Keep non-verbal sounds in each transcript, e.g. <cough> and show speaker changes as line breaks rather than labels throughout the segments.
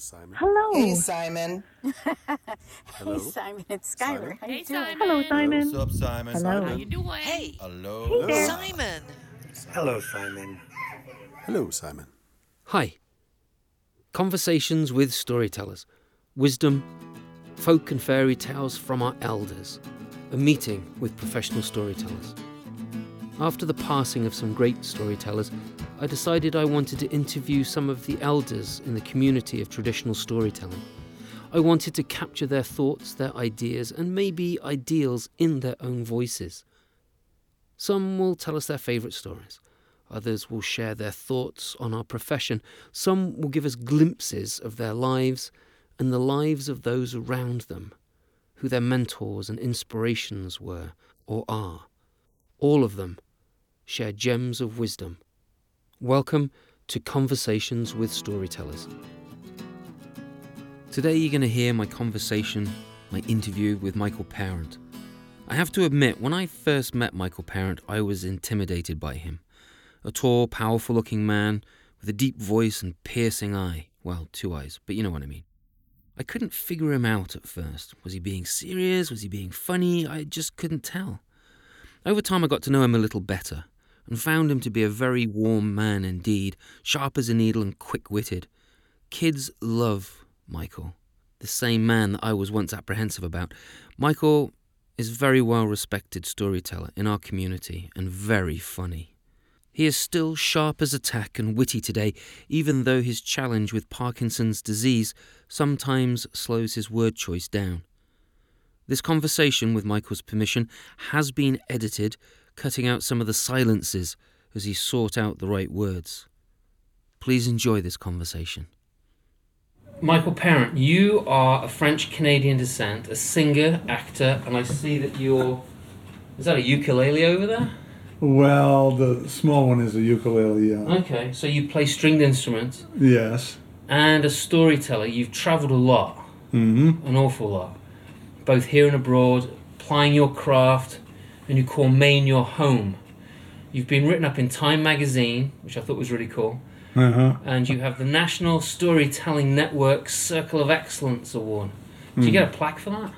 Simon.
Hello.
Hey, Simon.
<laughs>
Hello.
Hey, Simon, it's Skylar.
Simon?
How you
Hey,
doing?
Simon.
Hello, Simon.
What's up, Simon?
Hello.
How you doing? Hey.
Hello.
Hello.
Simon.
Hello, Simon.
Hello, Simon.
Hi. Conversations with storytellers, wisdom, folk and fairy tales from our elders, a meeting with professional storytellers. After the passing of some great storytellers, I decided I wanted to interview some of the elders in the community of traditional storytelling. I wanted to capture their thoughts, their ideas, and maybe ideals in their own voices. Some will tell us their favourite stories. Others will share their thoughts on our profession. Some will give us glimpses of their lives and the lives of those around them, who their mentors and inspirations were or are. All of them share gems of wisdom. Welcome to Conversations with Storytellers. Today, you're going to hear my conversation, my interview with Michael Parent. I have to admit, when I first met Michael Parent, I was intimidated by him. A tall, powerful looking man with a deep voice and piercing eye. Well, two eyes, but you know what I mean. I couldn't figure him out at first. Was he being serious? Was he being funny? I just couldn't tell. Over time, I got to know him a little better and found him to be a very warm man indeed, sharp as a needle and quick witted. Kids love Michael, the same man that I was once apprehensive about. Michael is a very well respected storyteller in our community and very funny. He is still sharp as a tack and witty today, even though his challenge with Parkinson's disease sometimes slows his word choice down. This conversation, with Michael's permission, has been edited, cutting out some of the silences as he sought out the right words. Please enjoy this conversation. Michael Parent, you are of French Canadian descent, a singer, actor, and I see that you're. Is that a ukulele over there?
Well, the small one is a ukulele. Yeah.
Okay, so you play stringed instruments
Yes.
and a storyteller. You've travelled a lot,
hmm
an awful lot, both here and abroad, applying your craft, and you call Maine your home. You've been written up in Time magazine, which I thought was really cool,
Uh huh.
and you have the National Storytelling Network Circle of Excellence Award. Do you get a plaque for that?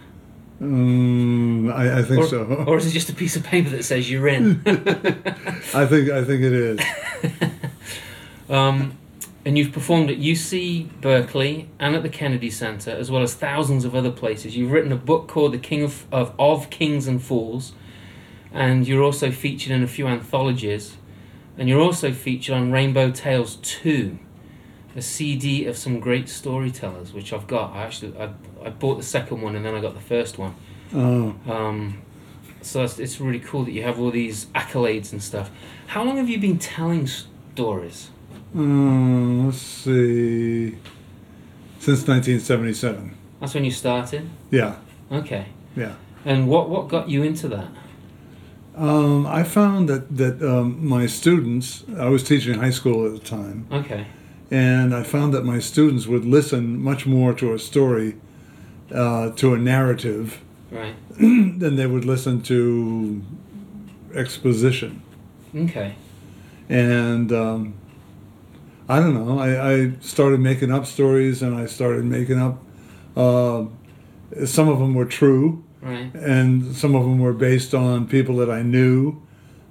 Mm, I, I think
Or,
so.
or is it just a piece of paper that says you're in?
<laughs> I think I think it is.
Um, and you've performed at UC Berkeley and at the Kennedy Center, as well as thousands of other places. You've written a book called The King of, of, of Kings and Fools, and you're also featured in a few anthologies. And you're also featured on Rainbow Tales 2, a CD of some great storytellers, which I've got. I actually I, I bought the second one and then I got the first one.
Oh.
Um, so that's, it's really cool that you have all these accolades and stuff. How long have you been telling stories?
Mm, let's see. Since 1977.
That's when you started?
Yeah.
Okay.
Yeah.
And what what got you into that?
Um, I found that that um, my students. I was teaching high school at the time.
Okay.
and I found that my students would listen much more to a story, uh, to a narrative,
Right.
than they would listen to exposition.
Okay.
And um, I don't know, I, I started making up stories and I started making up. Uh, some of them were true,
Right.
and some of them were based on people that I knew,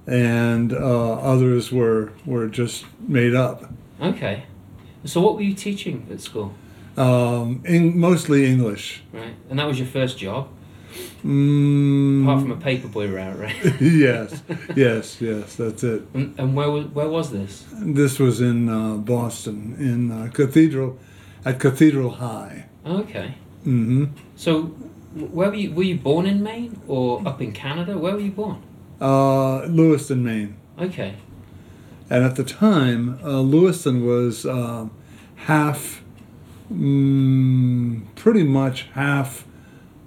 and uh, others were were just made up.
Okay. So what were you teaching at school?
Um, in, mostly English.
Right. And that was your first job,
Mm,
apart from a paperboy route, right?
yes, yes, yes. That's it.
and, and where was where was this?
This was in uh, Boston, in uh, Cathedral, at Cathedral High.
Okay.
hmm
So wh- where were you were you born in Maine or up in Canada? Where were you born?
Uh, Lewiston, Maine.
Okay.
And at the time, uh, Lewiston was uh, half, mm, pretty much half,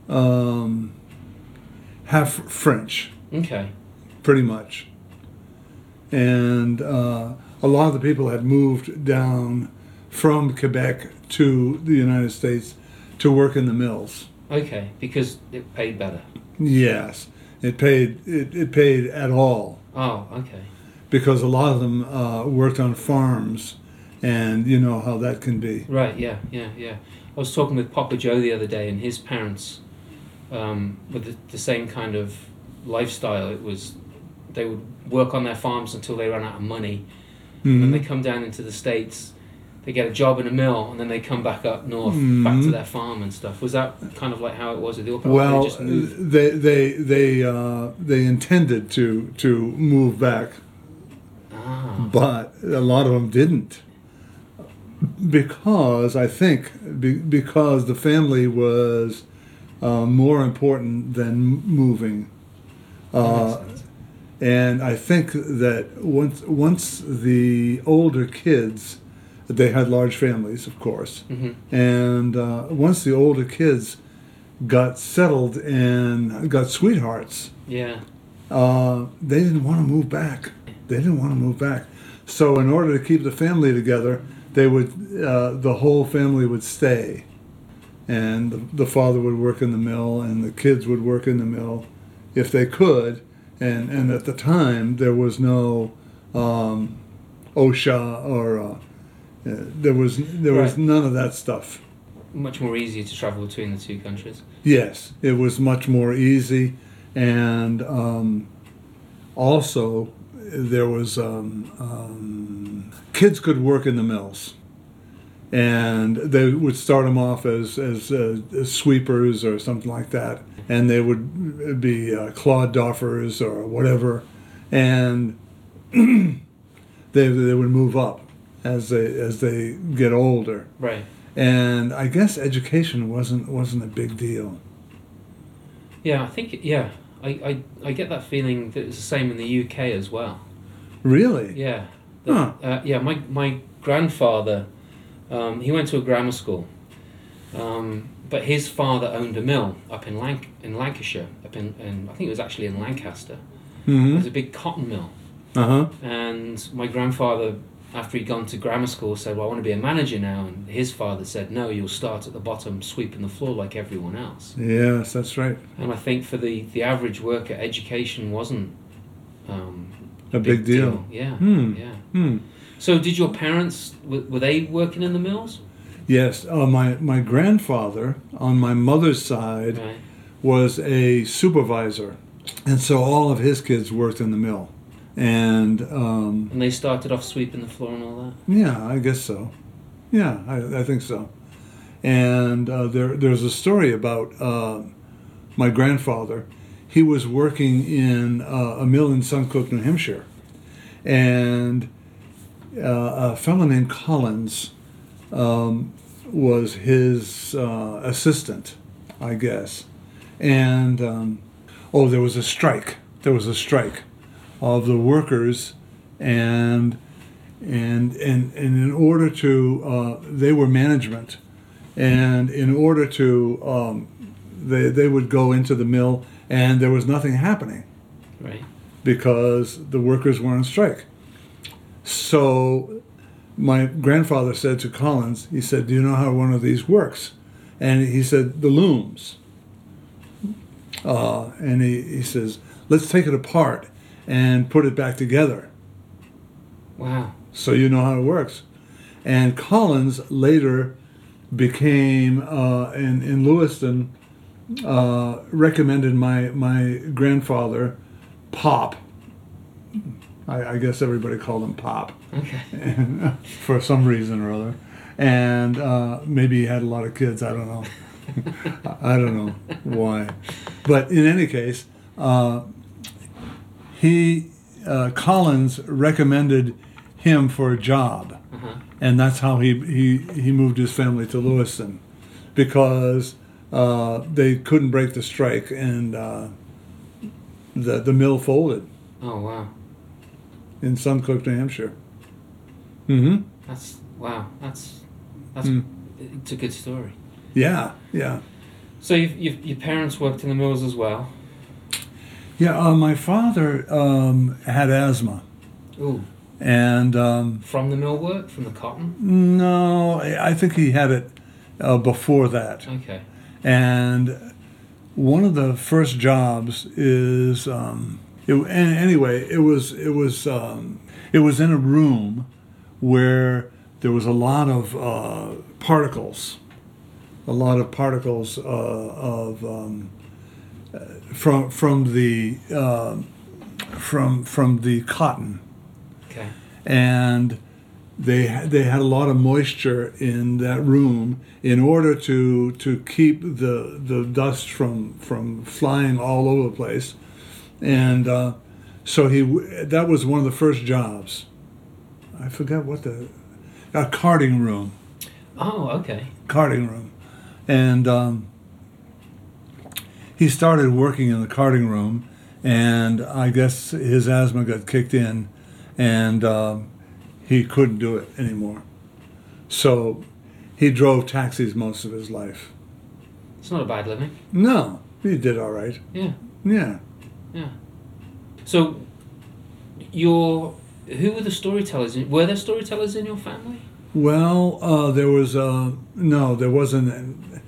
um, half French.
Okay.
pretty much. And uh, a lot of the people had moved down from Quebec to the United States to work in the mills.
Okay. Because it paid better.
Yes, it paid. It, it paid at all
Oh, okay.
because a lot of them uh, worked on farms and you know how that can be.
Right, yeah, yeah, yeah. I was talking with Papa Joe the other day, and his parents um, were the, the same kind of lifestyle. It was they would work on their farms until they ran out of money. When
Mhm.
they come down into the states, they get a job in a mill, and then they come back up north, back to their farm and stuff. Was that kind of like how it was with your parents?
Well,
they just moved.
they they they uh, they intended to to move back,
Ah,
but a lot of them didn't because I think be, because the family was uh, more important than moving.
that
Uh,
makes sense.
and I think that once once the older kids, they had large families, of course,
Mhm.
and uh, once the older kids got settled and got sweethearts,
yeah,
uh, they didn't want to move back. They didn't want to move back. So in order to keep the family together, they would uh, the whole family would stay, and the, the father would work in the mill, and the kids would work in the mill, if they could. And and at the time there was no um, OSHA or uh, uh, there was there was
Right.
none of that stuff.
much more easy to travel between the two countries.
Yes, it was much more easy, and um, also there was um, um, kids could work in the mills, and they would start them off as as, uh, as sweepers or something like that, and they would be uh, clod doffers or whatever, and <clears throat> they they would move up as they as they get older
Right.
and I guess education wasn't wasn't a big deal.
Yeah, I think yeah, I, I, I get that feeling that it's the same in the UK as well.
Really?
Yeah,
Huh.
uh, yeah. My my grandfather, um, he went to a grammar school, um, but his father owned a mill up in Lanc- in Lancashire, up in, in I think it was actually in Lancaster. It
hmm
was a big cotton mill,
Uh huh.
and my grandfather. After he'd gone to grammar school, said, "Well, I want to be a manager now." And his father said, "No, you'll start at the bottom, sweeping the floor like everyone else."
Yes, that's right.
And I think for the, the average worker, education wasn't um,
A big deal.
Yeah,
Hmm.
yeah.
Hmm.
So did your parents were, were they working in the mills?
Yes. Uh, my my grandfather on my mother's side
Right.
was a supervisor, and so all of his kids worked in the mill, and um,
And they started off sweeping the floor and all
Yeah, I guess so. Yeah, I, I think so. And uh, there, there's a story about uh, my grandfather. He was working in uh, a mill in Suncook, New Hampshire, and uh, a fellow named Collins um, was his uh, assistant, I guess. And um, oh, there was a strike. There was a strike of the workers, and and and and in order to uh, they were management, and in order to um, they they would go into the mill and there was nothing happening
that? Right.
because the workers were on strike. So my grandfather said to Collins, he said, Do you know how one of these works? And he said, The looms. Uh, and he, he says, Let's take it apart and put it back together
Wow.
so you know how it works. And Collins later became uh, in in Lewiston uh, recommended my my grandfather Pop. I, I guess everybody called him Pop
Okay.
<laughs> for some reason or other, and uh, maybe he had a lot of kids. I don't know. <laughs> I don't know why, but in any case, uh, he uh, Collins recommended him for a job,
Uh-huh.
and that's how he he he moved his family to Lewiston, because uh, they couldn't break the strike and uh, the the mill folded
Oh wow.
in Suncook, New Hampshire. hmm
That's wow. That's that's it's a good story.
Yeah, yeah.
So you've, you've, your parents worked in the mills as well.
Yeah, uh, my father um, had asthma,
Ooh,
and um,
from the mill work, from the cotton.
no, I I think he had it uh, before that.
Okay.
And one of the first jobs is, um, it, and anyway, it was it was um, it was in a room where there was a lot of uh, particles, a lot of particles uh, of um, uh, from from the uh, from from the cotton,
Okay.
and they ha- they had a lot of moisture in that room in order to to keep the the dust from from flying all over the place, and uh, so he w- that was one of the first jobs. I forgot what the a carding room
Oh, okay.
carding room, and um, he started working in the carding room, and I guess his asthma got kicked in, and um, he couldn't do it anymore. So he drove taxis most of his life.
It's not a bad living.
No, he did all right.
Yeah,
Yeah.
yeah. So, your who were the storytellers? In, were there storytellers in your family?
Well, uh, there was uh, no, there wasn't.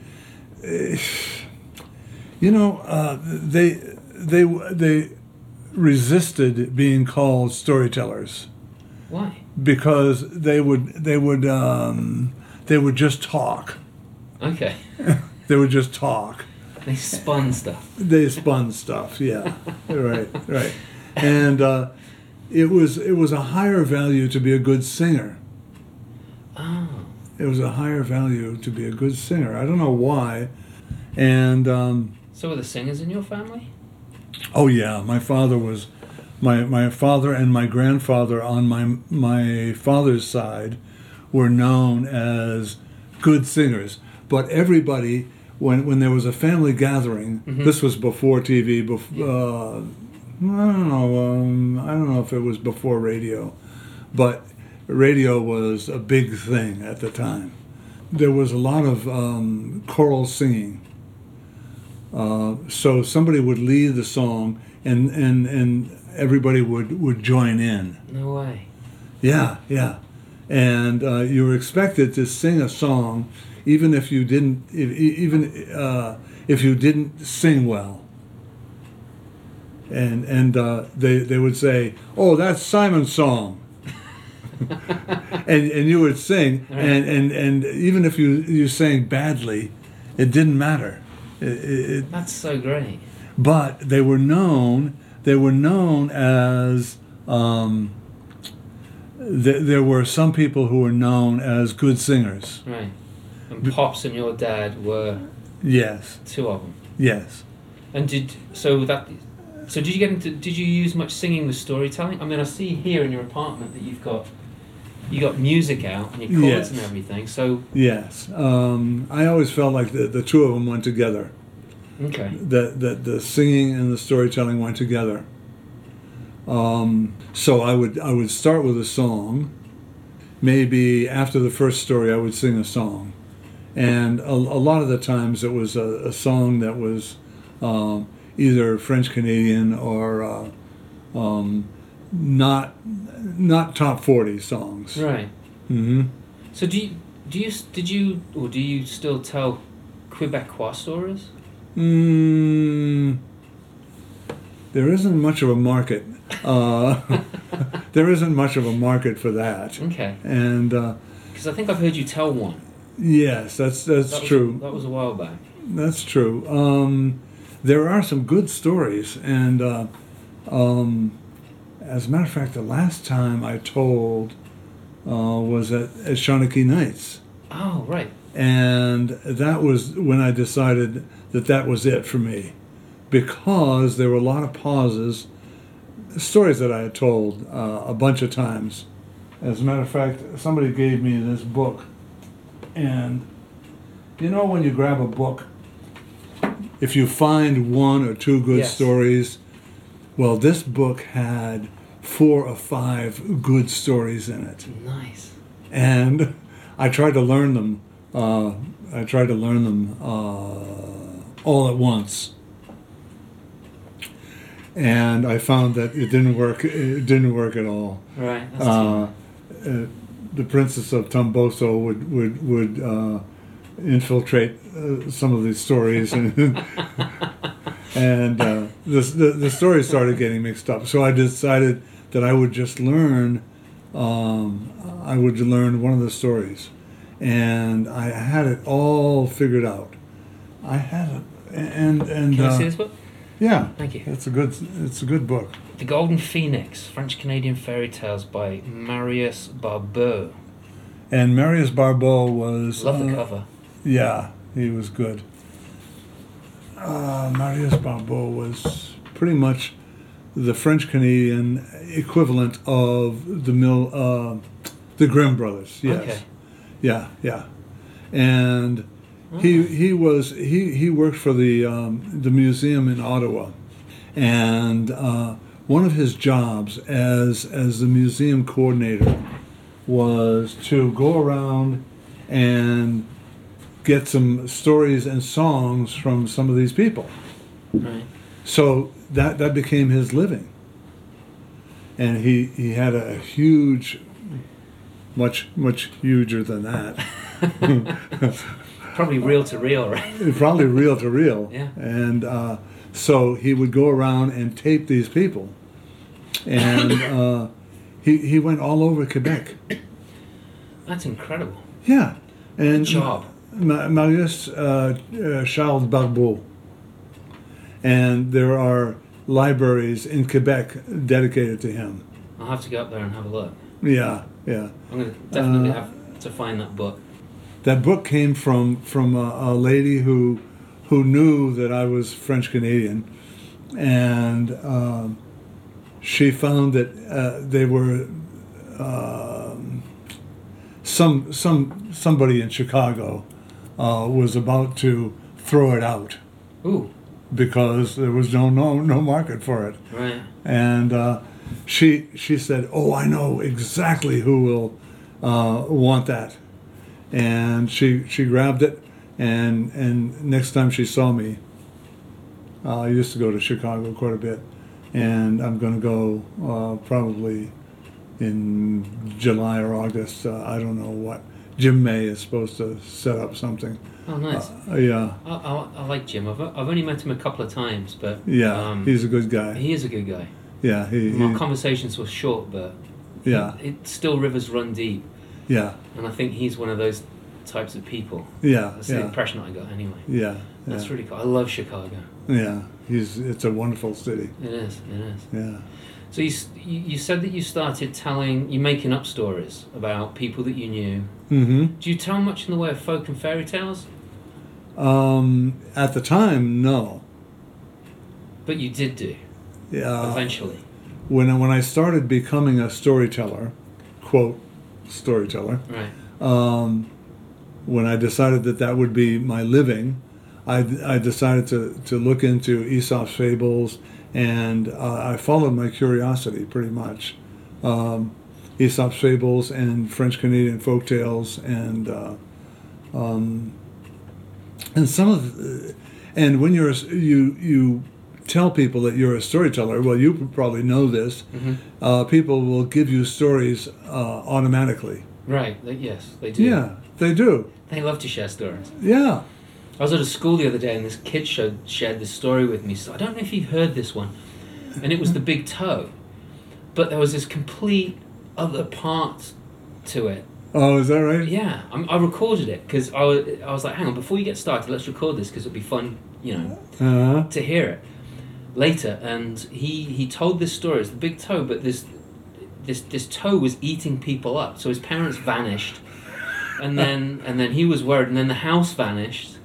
eh, You know, uh, they they they resisted being called storytellers
Why?
because they would they would um, they would just talk.
Okay. <laughs>
They would just talk.
They spun stuff.
They spun stuff. Yeah, right, right. And uh, it was it was a higher value to be a good singer.
Oh.
it was a higher value to be a good singer. I don't know why. And um,
So were the singers in your family?
oh yeah, my father was my my father and my grandfather on my my father's side were known as good singers. But everybody when when there was a family gathering, this was before TV, before uh, I don't know. Um, I don't know if it was before radio, but radio was a big thing at the time. There was a lot of um, choral singing. Uh, so somebody would lead the song, and and and everybody would would join in.
No way.
Yeah, yeah. And uh, you were expected to sing a song, even if you didn't, if, e- even uh, if you didn't sing well. And and uh, they they would say, "Oh, that's Simon's song," <laughs> and and you would sing, and, and and even if you you sang badly, it didn't matter. It, it, it-
That's so great.
but they were known they were known as um, th- there were some people who were known as good singers
Right. And pops and your dad were
yes
two of them.
yes
And did so that. So did you get into? Did you use much singing with storytelling? I mean, I see here in your apartment that you've got, you got music out and your chords
Yes.
and everything. So
yes um, i always felt like the, the two of them went together
okay.
that, that the singing and the storytelling went together um, so i would i would start with a song maybe after the first story i would sing a song and a, a lot of the times it was a, a song that was um, either French Canadian or uh, um, not not top forty songs.
Right.
hmm
So do you do you did you or do you still tell Quebecois stories?
Mm, there isn't much of a market. Uh, <laughs> there isn't much of a market for that.
Okay,
And uh,
because I think I've heard you tell one.
yes, that's that's
That was-
true.
That was a while back.
That's true. Um, there are some good stories, and uh, um, as a matter of fact, the last time I told uh, was at, at Shawnee Nights,
Oh right.
and that was when I decided that that was it for me, because there were a lot of pauses, stories that I had told uh, a bunch of times. As a matter of fact, somebody gave me this book, and you know when you grab a book, if you find one or two good
Yes.
stories, well, this book had four or five good stories in it
Nice.
and I tried to learn them. Uh, I tried to learn them uh, all at once, and I found that it didn't work. It didn't work at all.
Right. That's
Uh, uh, the Princess of Tomboso would would would uh, infiltrate uh, some of these stories, <laughs> and and uh, the, the the stories started getting mixed up. So I decided that I would just learn um, I would learn one of the stories, and I had it all figured out. I had it, and and
Can I
uh,
see this book?
yeah,
Thank you.
It's a good, it's a good book.
The Golden Phoenix, French Canadian Fairy Tales by Marius Barbeau.
And Marius Barbeau was
Love the
uh,
cover.
Yeah, he was good. Uh, Marius Barbeau was pretty much the French Canadian equivalent of the Mill, uh, the Grimm brothers. Yes,
Okay.
yeah, yeah, and he he was he he worked for the um, the museum in Ottawa, and uh, one of his jobs as as the museum coordinator was to go around and get some stories and songs from some of these people.
Right.
So that that became his living. And he he had a huge, much much huger than that.
Probably reel to reel, <laughs> right?
Probably reel to reel.
Yeah.
And uh, so he would go around and tape these people, and
<coughs>
uh, he he went all over Quebec.
That's incredible.
Yeah. And
job.
Ma- Marius uh, uh, Charles Barbeau. And there are libraries in Quebec dedicated to him.
I'll have to go up there and have a look.
Yeah, yeah.
I'm going to definitely
Uh,
have to find that book.
That book came from from a, a lady who who knew that I was French Canadian, and um, she found that uh, they were um, some some somebody in Chicago uh, was about to throw it out
Ooh,
because there was no no no market for it.
right.
And uh, she she said, "Oh, I know exactly who will uh, want that." And she she grabbed it, and and next time she saw me, uh, I used to go to Chicago quite a bit, and I'm going to go uh, probably in July or August. Uh, I don't know what. Jim May is supposed to set up something.
Oh, nice.
Uh, yeah,
I, I, I like Jim. I've, I've only met him a couple of times, but
yeah,
um,
he's a good guy.
he is a good guy.
Yeah, he, he-
My conversations were short, but
yeah,
it still rivers run deep,
yeah,
and I think he's one of those types of people.
yeah,
That's the
yeah.
impression I got, anyway.
Yeah,
That's
yeah,
really cool. I love Chicago.
yeah. He's it's a wonderful city.
It is. It is.
Yeah,
So you, s- you you said that you started telling, you making up stories about people that you knew.
mm-hmm.
Do you tell much in the way of folk and fairy tales?
um, at the time, no.
But you did do
Yeah,
eventually.
when I- when I started becoming a storyteller, quote storyteller,
Right.
um, when I decided that that would be my living, I, I decided to, to look into Aesop's fables and uh, I followed my curiosity pretty much. Um, Aesop's fables and French Canadian folk tales and uh, um, and some of uh, and when you're a s- you you tell people that you're a storyteller well you probably know this uh, people will give you stories uh, automatically
Right. They, yes, they do.
yeah, they do.
They love to share stories.
Yeah.
I was at a school the other day and this kid showed, shared this story with me. So I don't know if you've heard this one. And it was the big toe. But there was this complete other part to it
Oh, is that right?
Yeah, I'm, I recorded it because I was, I was like, hang on, before you get started, let's record this because it'll be fun, you know,
Uh-huh.
to hear it later. And he he told this story. It's the big toe, but this this this toe was eating people up. So his parents vanished, and then and then he was worried, and then the house vanished,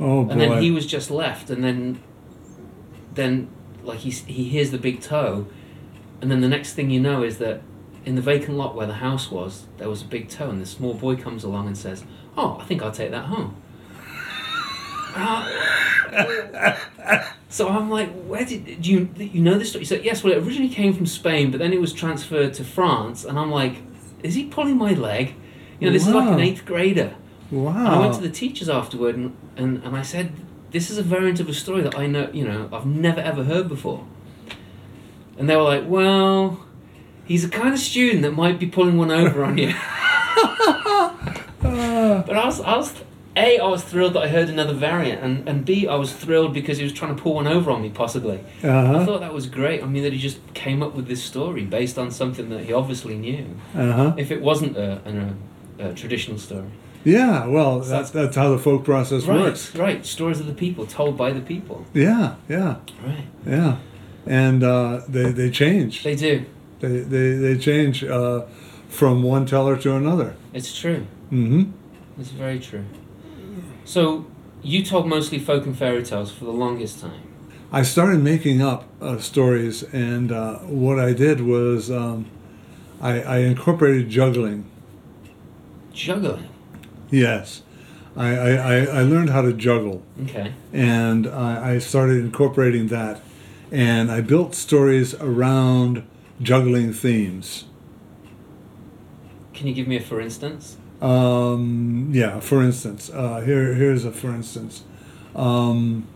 Oh boy.
and then he was just left, and then then like he s- he hears the big toe, and then the next thing you know is that in the vacant lot where the house was, there was a big toe, and this small boy comes along and says, "Oh, I think I'll take that home." And I- so I'm like, "Where did do you do you know this story?" He said, "Yes, well, it originally came from Spain, but then it was transferred to France." And I'm like, "Is he pulling my leg?" You know, this is like an
Wow.
eighth grader. And I
wow.
went to the teachers afterward and, and, and I said, This is a variant of a story that I know, you know, I've never ever heard before. And they were like, Well, he's the kind of student that might be pulling one over on you. but I was, I was, A, I was thrilled that I heard another variant, and, and B, I was thrilled because he was trying to pull one over on me, possibly. I
Uh huh.
thought that was great. I mean, that he just came up with this story based on something that he obviously knew,
Uh huh.
if it wasn't a, an, a, a traditional story.
Yeah. Well,
So
that's that's how the folk process works.
Right, right. Stories of the people, told by the people.
Yeah. Yeah.
Right.
Yeah. And uh, they they change.
They do.
They they they change uh, from one teller to another.
It's true.
Mm-hmm.
It's very true. So, you told mostly folk and fairy tales for the longest time.
I started making up uh, stories, and uh, what I did was um, I, I incorporated juggling.
Juggling.
Yes, I, I, I- I learned how to juggle,
Okay.
and I, I started incorporating that, and I built stories around juggling themes.
Can you give me a for instance?
Um, yeah, for instance, uh, here here's a for instance. Um,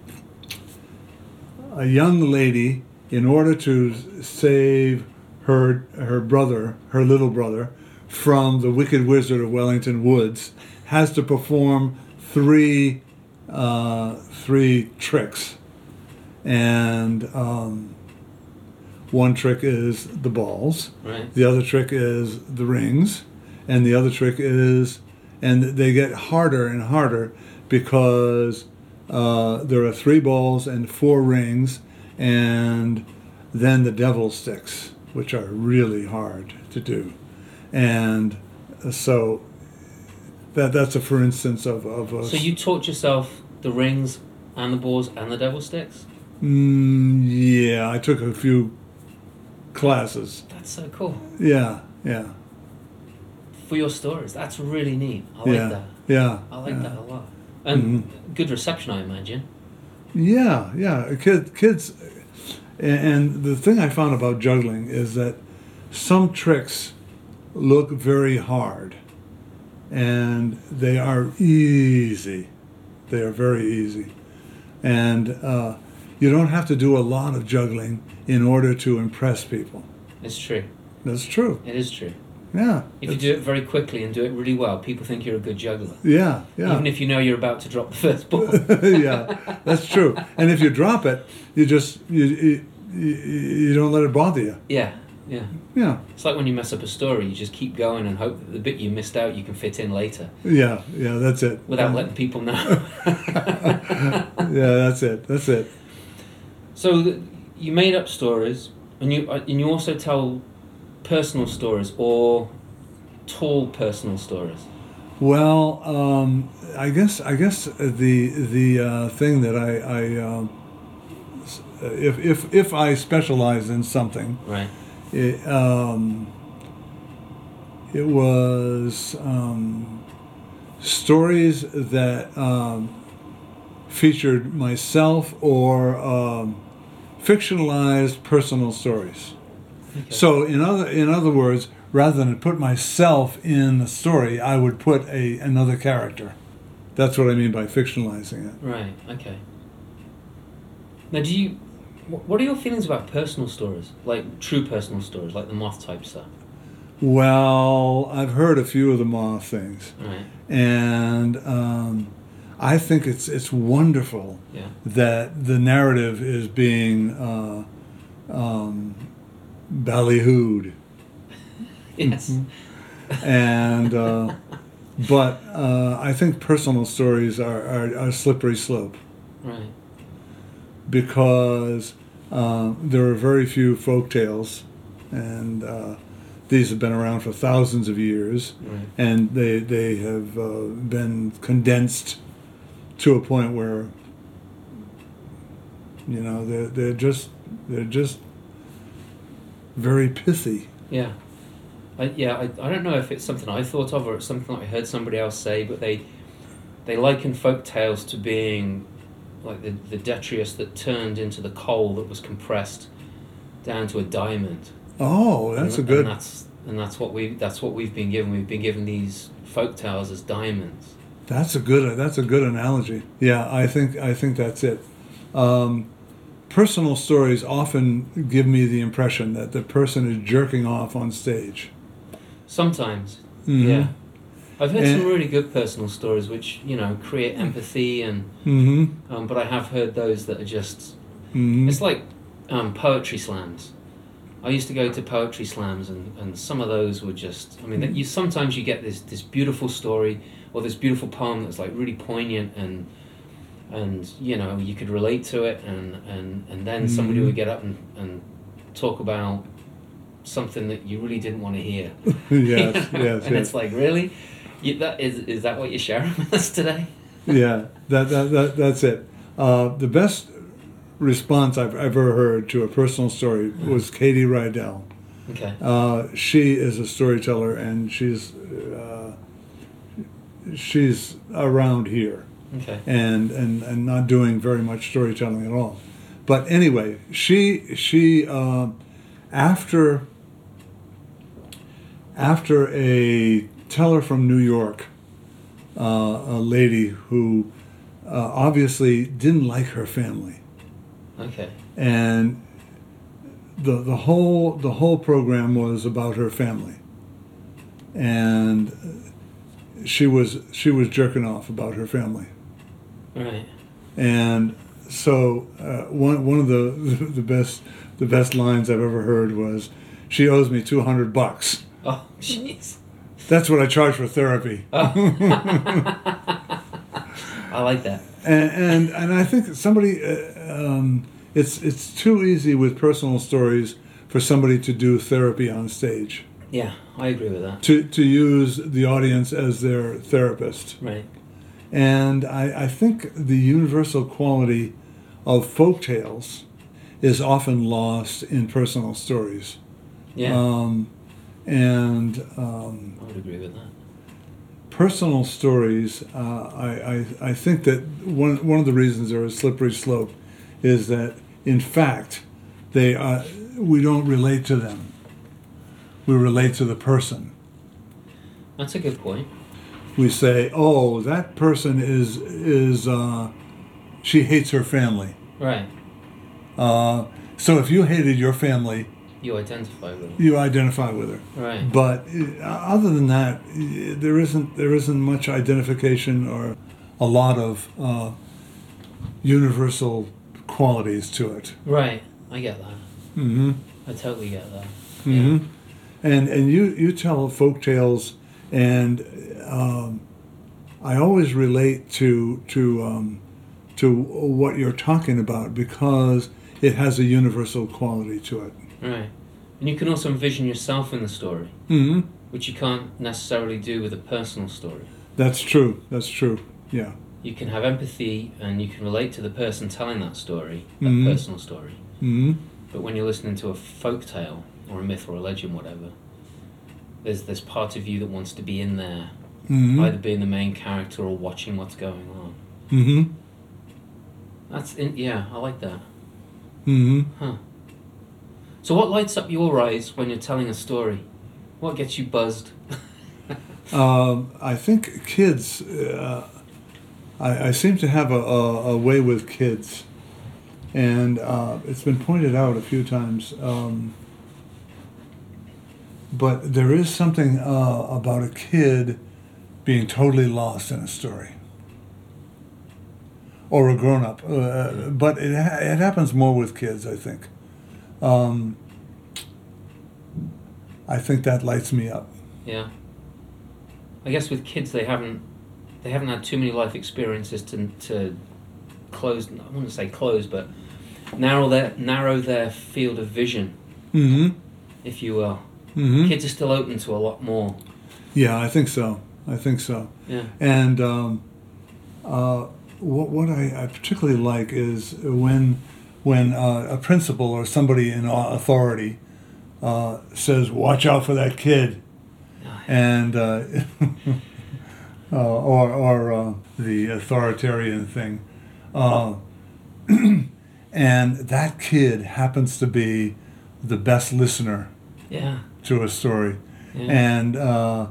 a young lady, in order to s- save her her brother, her little brother, from the wicked wizard of Wellington Woods, has to perform three uh, three tricks, and um, one trick is the balls.
Right.
The other trick is the rings, and the other trick is, and they get harder and harder because uh, there are three balls and four rings, and then the devil sticks, which are really hard to do, and so that that's a for instance of of a,
So you taught yourself the rings and the balls and the devil sticks?
Mm, yeah. I took a few classes.
That's so cool.
Yeah, yeah,
For your stories. That's really neat. I like
yeah,
that.
yeah.
I like
yeah. Mm-hmm.
that a lot. And good reception, I imagine.
Yeah, yeah. Kid, kids, and, and the thing I found about juggling is that some tricks look very hard, and they are easy. They are very easy, and uh, you don't have to do a lot of juggling in order to impress people.
It's true.
That's true.
It is true.
Yeah.
If you
It's-
do it very quickly and do it really well, people think you're a good juggler.
Yeah, yeah.
Even if you know you're about to drop the first ball.
<laughs> yeah, that's true. And if you drop it, you just you, you you you don't let it bother you.
yeah, yeah.
Yeah,
It's like when you mess up a story, you just keep going and hope that the bit you missed out you can fit in later
yeah, yeah. That's it.
without
yeah.
letting people know.
Yeah, that's it. That's it.
<laughs> so th- you made up stories and you uh, and you also tell personal stories or tall personal stories.
Well, um, I guess I guess the the uh, thing that I, I um, s- uh, if if if I specialize in something,
Right.
it, um, it was um, stories that um, featured myself or um, fictionalized personal stories. So in other in other words, rather than put myself in the story, I would put a another character. That's what I mean by fictionalizing it.
Right. Okay. Now, do you? wh- What are your feelings about personal stories, like true personal stories, like the moth type stuff?
Well, I've heard a few of the moth things.
Right.
and um, I think it's it's wonderful
Yeah.
that the narrative is being uh, um, ballyhooed, Mm-hmm.
Yes.
and uh, <laughs> but uh, I think personal stories are are, are slippery slope
Right.
because um, there are very few folk tales, and uh, these have been around for thousands of years.
Right.
and they they have uh, been condensed to a point where you know they're they're just they're just very pithy.
Yeah. I, yeah, I, I don't know if it's something I thought of or it's something that I heard somebody else say, but they they liken folk tales to being like the, the detritus that turned into the coal that was compressed down to a diamond.
Oh, that's a
and,
good.
And that's and that's what we that's what we've been given. We've been given these folk tales as diamonds.
That's a good. That's a good analogy. Yeah, I think I think that's it. Um, personal stories often give me the impression that the person is jerking off on stage. <laughs>
Sometimes.
Mhm.
Yeah. I've heard
And-
some really good personal stories, which you know create empathy, and
hmm
um, but I have heard those that are just
hmm
it's like um, poetry slams. I used to go to poetry slams, and, and some of those were just. I mean, that you sometimes you get this this beautiful story or this beautiful poem that's like really poignant and and you know you could relate to it, and and and then somebody
Mhm.
would get up and, and talk about something that you really didn't want to hear.
yes, yes,
<laughs> and
yes.
it's like really, you, that is is that what you're sharing with us today?
yeah, that, that, that, that's it. Uh, the best response I've ever heard to a personal story was Katie Rydell.
Okay.
Uh, she is a storyteller, and she's uh, she's around here,
Okay.
and, and and not doing very much storytelling at all. But anyway, she she uh, after after a teller from New York, uh, a lady who uh, obviously didn't like her family,
Okay.
and the the whole the whole program was about her family, and uh, she was she was jerking off about her family,
All right.
and so uh, one one of the the best the best lines I've ever heard was, "She owes me two hundred bucks.
Oh <laughs> jeez.
That's what I charge for therapy."
I like that.
and and, and I think that somebody, uh, um, it's it's too easy with personal stories for somebody to do therapy on stage,
Yeah, I agree with that.
to to use the audience as their therapist,
Right.
and I, I think the universal quality of folk tales is often lost in personal stories,
Yeah,
um, and. Um,
I would agree with that.
personal stories, uh, I, I, I think that one, one of the reasons they're a slippery slope is that, in fact, they are, we don't relate to them. We relate to the person.
That's a good point.
We say, oh, that person is, is uh, she hates her family.
Right.
Uh, so if you hated your family,
You identify with it.
you identify with her.
Right.
But uh, other than that, uh, there isn't there isn't much identification or a lot of uh, universal qualities to it.
Right. I get that.
Mm-hmm.
I totally get that.
hmm And and you you tell folk tales, and um, I always relate to to um, to what you're talking about because it has a universal quality to it.
Yeah. Right. And you can also envision yourself in the story,
Mm-hmm.
which you can't necessarily do with a personal story.
That's true. That's true. Yeah.
You can have empathy and you can relate to the person telling that story, that
Mhm.
personal story.
Mm-hmm.
But when you're listening to a folk tale or a myth or a legend, whatever, there's this part of you that wants to be in there,
Mm-hmm.
either being the main character or watching what's going on.
mm-hmm.
That's in, yeah, I like that.
Mm-hmm.
So, what lights up your eyes when you're telling a story? What gets you buzzed?
Um, I think kids. Uh, I, I seem to have a, a, a way with kids, and uh, it's been pointed out a few times. Um, but there is something uh, about a kid being totally lost in a story, or a grown up. Uh, but it ha- it happens more with kids, I think. Um, I think that lights me up.
yeah. I guess with kids, they haven't they haven't had too many life experiences to to close. I wouldn't say close, but narrow their narrow their field of vision,
Mm-hmm.
if you will.
Mm-hmm.
Kids are still open to a lot more.
Yeah, I think so. I think so.
Yeah.
And um, uh, what, what I, I particularly like is when when uh, a principal or somebody in au- authority uh, says, "Watch out for that kid," and uh, <laughs> uh, or or uh, the authoritarian thing, uh, <clears throat> and that kid happens to be the best listener
Yeah.
to a story
Yeah.
and uh,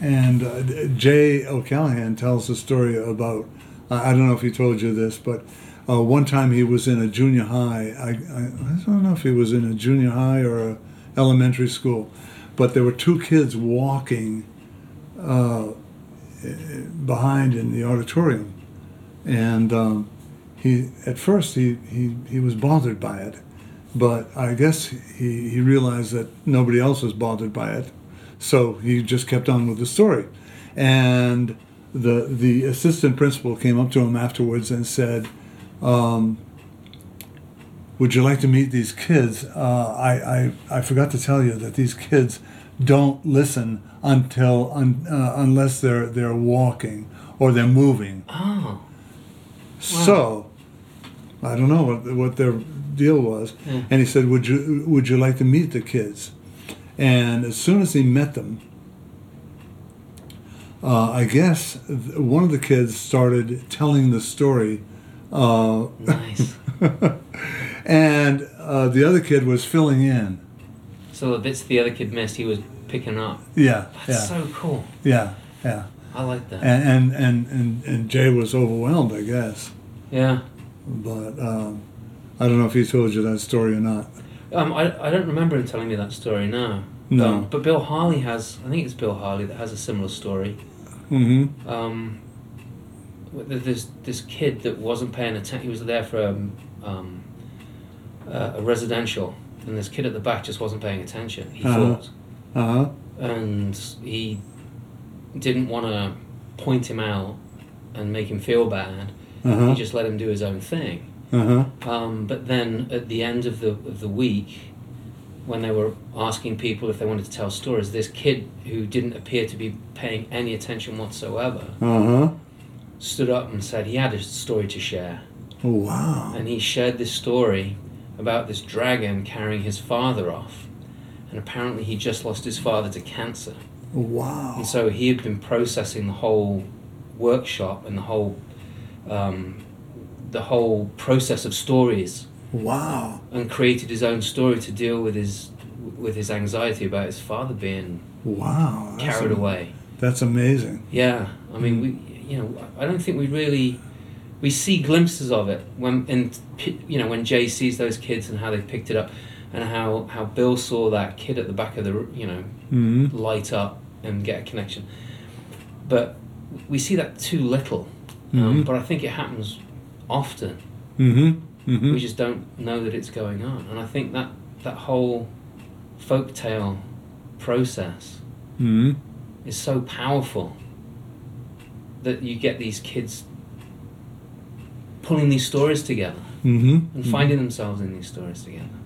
and uh, Jay O'Callahan tells a story about I I don't know if he told you this, but uh, one time he was in a junior high. I, I, I don't know if he was in a junior high or a elementary school, but there were two kids walking uh, behind in the auditorium, and um, he at first he, he he was bothered by it, but I guess he he realized that nobody else was bothered by it, so he just kept on with the story, and the the assistant principal came up to him afterwards and said. Um, would you like to meet these kids? Uh, I, I, I forgot to tell you that these kids don't listen until un, uh, unless they're they're walking or they're moving.
Oh.
So, I don't know what what their deal was.
Hmm.
And he said, "Would you would you like to meet the kids?" And as soon as he met them, uh, I guess th- one of the kids started telling the story, <laughs>
Nice.
and uh, the other kid was filling in.
so the bits the other kid missed, he was picking up.
Yeah,
That's
yeah,
so cool.
yeah, yeah.
I like that.
And, and and and and Jay was overwhelmed, I guess.
yeah.
But um, I don't know if he told you that story or not.
Um, I, I don't remember him telling me that story, no.
No.
Um, but Bill Harley has, I think it's Bill Harley that has a similar story.
hmm
Um, with th- this this kid that wasn't paying attention, he was there for um, um, uh, a residential, and this kid at the back just wasn't paying attention, he
Uh-huh.
thought.
Uh huh.
And he didn't want to point him out and make him feel bad.
Uh
He
huh.
just let him do his own thing.
Uh huh.
Um, but then at the end of the of the week, when they were asking people if they wanted to tell stories, this kid who didn't appear to be paying any attention whatsoever
Uh huh.
stood up and said he had a story to share,
Oh, wow.
and he shared this story about this dragon carrying his father off, and apparently he just lost his father to cancer,
Wow.
and so he had been processing the whole workshop and the whole. Um, the whole process of stories
Wow.
and created his own story to deal with his with his anxiety about his father being
Wow. That's
carried
am-
away.
That's amazing.
Yeah, I mean, we you know I don't think we really we see glimpses of it when and p- you know when Jay sees those kids and how they picked it up and how how Bill saw that kid at the back of the r- you know
hmm
light up and get a connection, but we see that too little. Um,
Mhm.
but I think it happens often.
hmm hmm
we just don't know that it's going on and i think that that whole folktale process
hmm
is so powerful that you get these kids pulling these stories together
hmm
and finding themselves in these stories together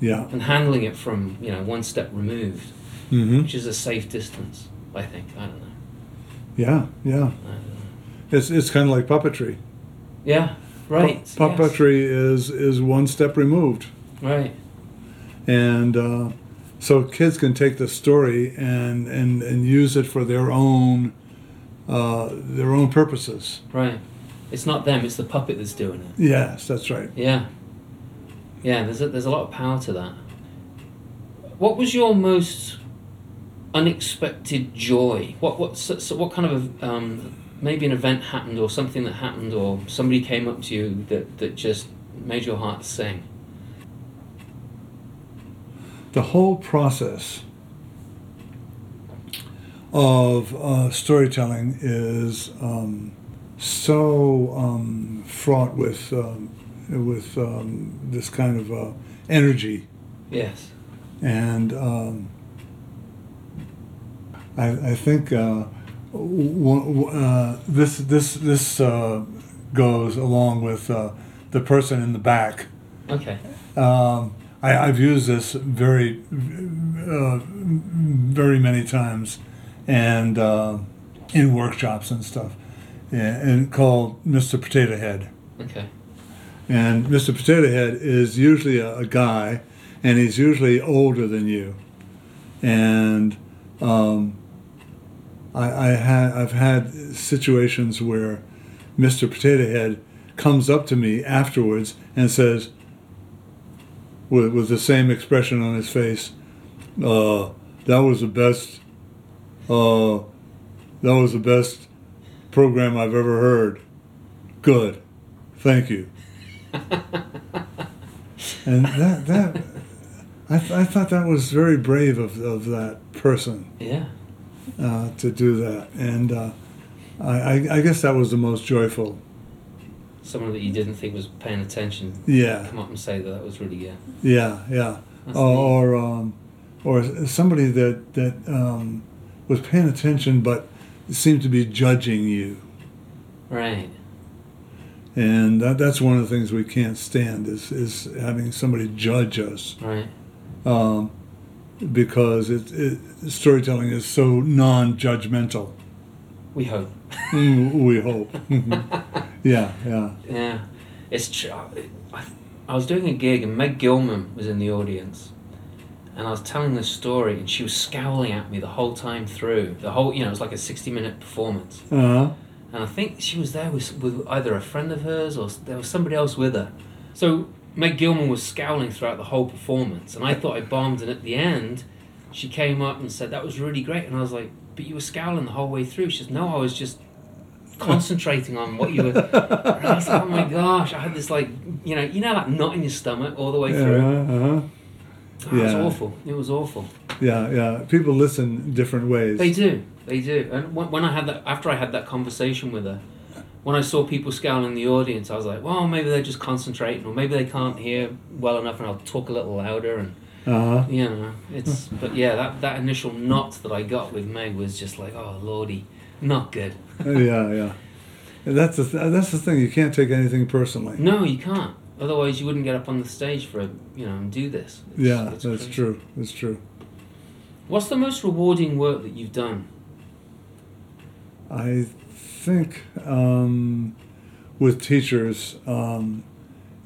Yeah.
and handling it from you know one step removed
hmm
which is a safe distance i think i don't know,
Yeah. Yeah.
I don't know.
It's it's kind of like puppetry.
yeah
Pu-
right yes,
puppetry is is one step removed,
right
and uh, so kids can take the story and and and use it for their own uh, their own purposes.
right it's not them it's the puppet that's doing it
Yes, that's right.
Yeah. Yeah, there's a, there's a lot of power to that. What was your most unexpected joy? What what so, so what kind of um, maybe an event happened or something that happened or somebody came up to you that, that just made your heart sing?
the whole process of uh, storytelling is um, so um, fraught with um, with um, this kind of uh, energy,
Yes.
and um, I, I think uh, w- w- uh, this this this uh, goes along with uh, the person in the back.
Okay.
Um, I, I've used this very, uh, very many times, and uh, in workshops and stuff, yeah, and called Mr. Potato Head.
Okay.
And Mr. Potato Head is usually a, a guy, and he's usually older than you. And um, I, I ha- I've had situations where Mr. Potato Head comes up to me afterwards and says, with, with the same expression on his face, uh, that was the best, uh, that was the best program I've ever heard. Good, thank you. And that that I, th- I thought that was very brave of, of that person.
Yeah.
uh, to do that. And uh, I, I, I guess that was the most joyful.
Someone that you didn't think was paying attention
Yeah,
come up and say that that was really yeah.
yeah, yeah.
That's neat.
Or or, um, or somebody that that um, was paying attention but seemed to be judging you.
Right.
And that, that's one of the things we can't stand is is having somebody judge us.
Right.
um, because it, it, storytelling is so non-judgmental.
We hope.
Mm, we hope. <laughs> yeah, yeah.
Yeah, it's. Tr- I, I was doing a gig and Meg Gilman was in the audience, and I was telling this story and she was scowling at me the whole time through. The whole, you know, it was like a sixty-minute performance,
Uh-huh.
and I think she was there with, with either a friend of hers or s- there was somebody else with her. So Meg Gilman was scowling throughout the whole performance, and I thought I bombed. And at the end, she came up and said that was really great, and I was like, "But you were scowling the whole way through." She says, "No, I was just." Concentrating on what you were and I was like, oh my gosh, I had this like, you know, you know that knot in your stomach all the way through.
Uh-huh.
Oh, It was
yeah.
awful. It was awful.
Yeah, yeah. People listen different ways.
They do. They do. And when when I had that, after I had that conversation with her, when I saw people scowl in the audience, I was like, well, maybe they're just concentrating, or maybe they can't hear well enough, and I'll talk a little louder, and
Uh-huh.
you know, it's. But yeah, that that initial knot that I got with Meg was just like, oh lordy, not good.
yeah, yeah. And That's the th- that's the thing. You can't take anything personally.
No, you can't. Otherwise, you wouldn't get up on the stage for a, you know and do this. It's-
Yeah,
it's
that's
crazy.
true. That's true.
What's the most rewarding work that you've done?
I think um, with teachers, um,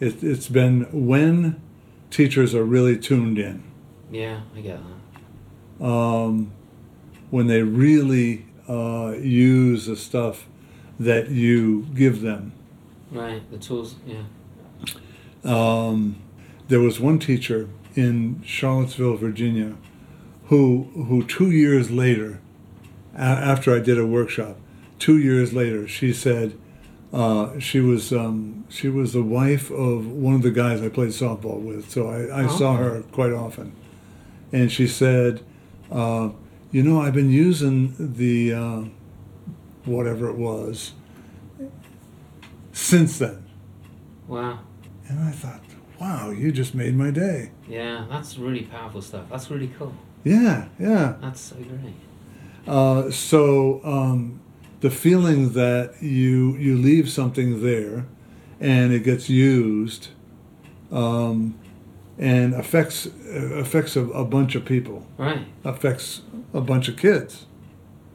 it, it's been when teachers are really tuned in.
Yeah, I get that.
um, when they really uh, use the stuff that you give them.
Right, the tools. Yeah.
Um, there was one teacher in Charlottesville, Virginia, who who two years later, a- after I did a workshop, two years later, she said uh, she was um, she was the wife of one of the guys I played softball with, so I, I saw her quite often, and she said, uh, you know, I've been using the uh, whatever it was since then.
Wow.
And I thought, wow, you just made my day.
Yeah, that's really powerful stuff. That's really cool.
Yeah, yeah.
That's so great.
Uh, so um, the feeling that you you leave something there, and it gets used, um, and affects affects a, a bunch of people,
Right,
affects a bunch of kids.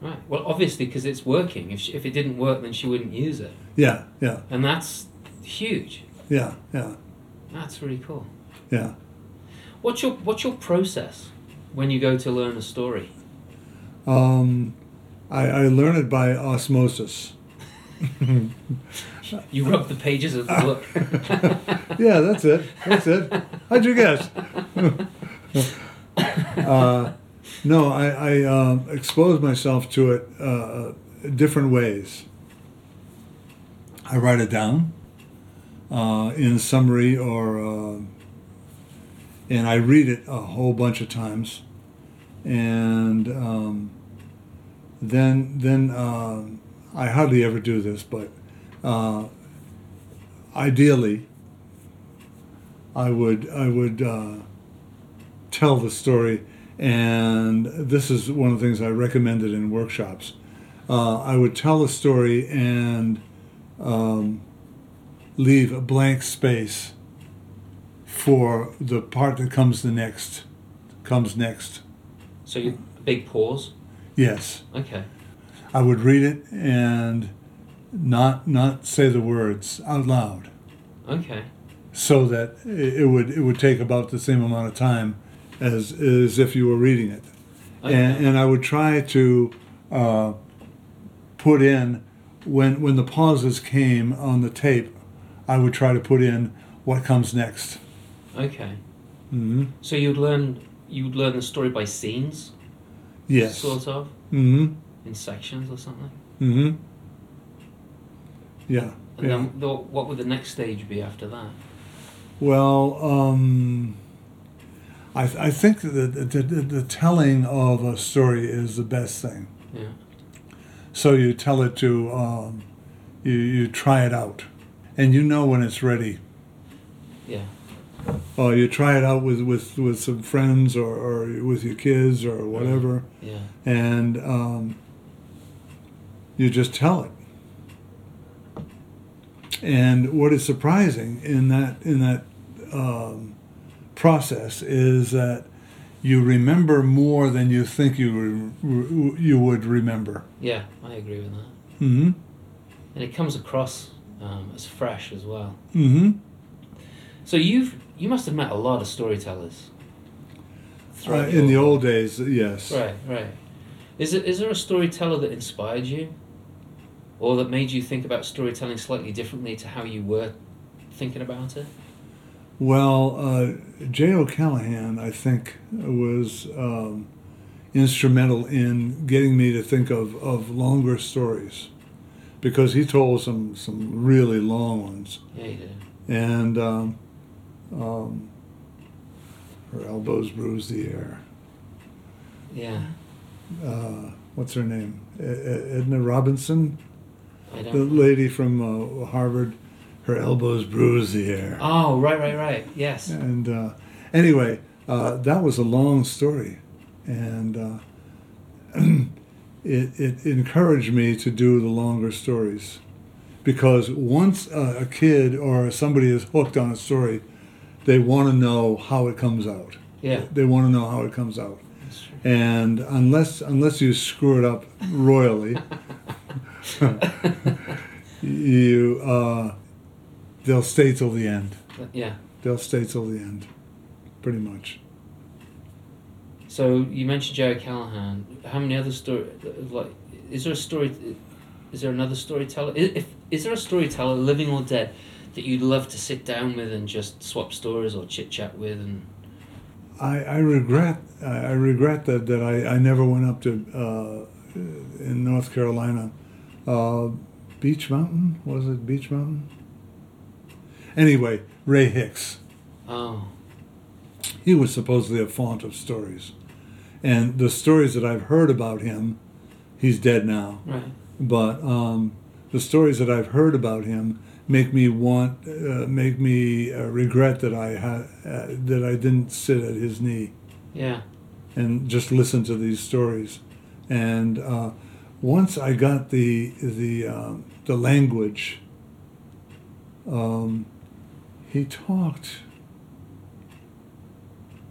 right. Well, obviously, because it's working. If she, if it didn't work, then she wouldn't use it,
Yeah, yeah,
and that's huge.
yeah, yeah,
That's really cool.
yeah.
What's your What's your process when you go to learn a story?
Um, I, I learn it by osmosis.
You rub the pages
<laughs>
of the book.
yeah, that's it. That's it. How'd you guess? <laughs> uh, no, I, I um, expose myself to it uh, different ways. I write it down uh, in summary, or uh, and I read it a whole bunch of times, and um, then then um I hardly ever do this, but uh, ideally, I would I would uh, tell the story, and this is one of the things I recommended in workshops. Uh, I would tell the story and um, leave a blank space for the part that comes the next comes next.
so you big pause.
Yes,
Okay.
I would read it and not not say the words out loud.
Okay.
so that it it would it would take about the same amount of time as as if you were reading it,
okay.
and, and I would try to uh, put in when when the pauses came on the tape, I would try to put in what comes next.
okay.
hmm
So you'd learn you'd learn the story by scenes,
Yes.
sort of
Mm-hmm.
in sections or something.
Mm-hmm. Yeah.
And
Yeah.
then the, what would the next stage be after that?
Well, um, I, I think that the, the, the telling of a story is the best thing.
Yeah.
So you tell it to, um, you, you try it out, and you know when it's ready.
Yeah.
Or you try it out with, with, with some friends or, or with your kids or whatever,
Yeah.
and um, you just tell it. And what is surprising in that in that um, process is that you remember more than you think you re- you would remember.
Yeah. I agree with that.
hmm
And it comes across um, as fresh as well.
hmm
So you've you must have met a lot of storytellers.
Uh,
throughout
in the
your-
old days, yes.
Right, right. Is it is there a storyteller that inspired you, or that made you think about storytelling slightly differently to how you were thinking about it?
Well, uh, Jay O'Callahan, I think, was um, instrumental in getting me to think of, of longer stories because he told some, some really long ones.
Yeah, you did.
And um, um, her elbows bruise the air.
Yeah,
Uh, what's her name? E- E- Edna Robinson,
I
the
don't.
lady from uh, Harvard. Her elbows bruise the air.
Oh, right, right, right. Yes.
And uh, anyway, uh, that was a long story, and uh, <clears throat> it, it encouraged me to do the longer stories, because once uh, a kid or somebody is hooked on a story, they want to know how it comes out.
Yeah.
They want to know how it comes out,
That's true.
and unless unless you screw it up royally, <laughs> you uh, they'll stay till the end
Yeah.
they'll stay till the end, pretty much.
So you mentioned Jerry Callahan. How many other story like is there a story? Is there another storyteller? i- If is there a storyteller, living or dead, that you'd love to sit down with and just swap stories or chit chat with and
I, I regret I I regret that that I, I never went up to uh, in North Carolina, uh, Beach Mountain was it Beach Mountain? Anyway, Ray Hicks.
oh
He was supposedly a font of stories, and the stories that I've heard about him, he's dead now.
right
but um, the stories that I've heard about him make me want, uh, make me uh, regret that I ha- uh, that I didn't sit at his knee
yeah
and just listen to these stories. And uh, once I got the the um, the language, um, he talked.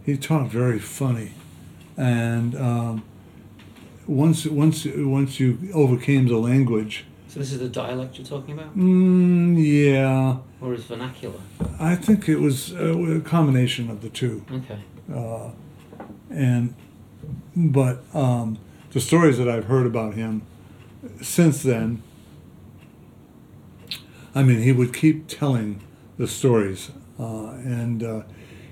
He talked very funny, and um, once once once you overcame the language,
So this is the dialect you're talking about,
mm, yeah,
or is vernacular?
I think it was uh, a combination of the two.
Okay.
uh, and but um, the stories that I've heard about him since then, I mean, he would keep telling the stories, uh, and uh,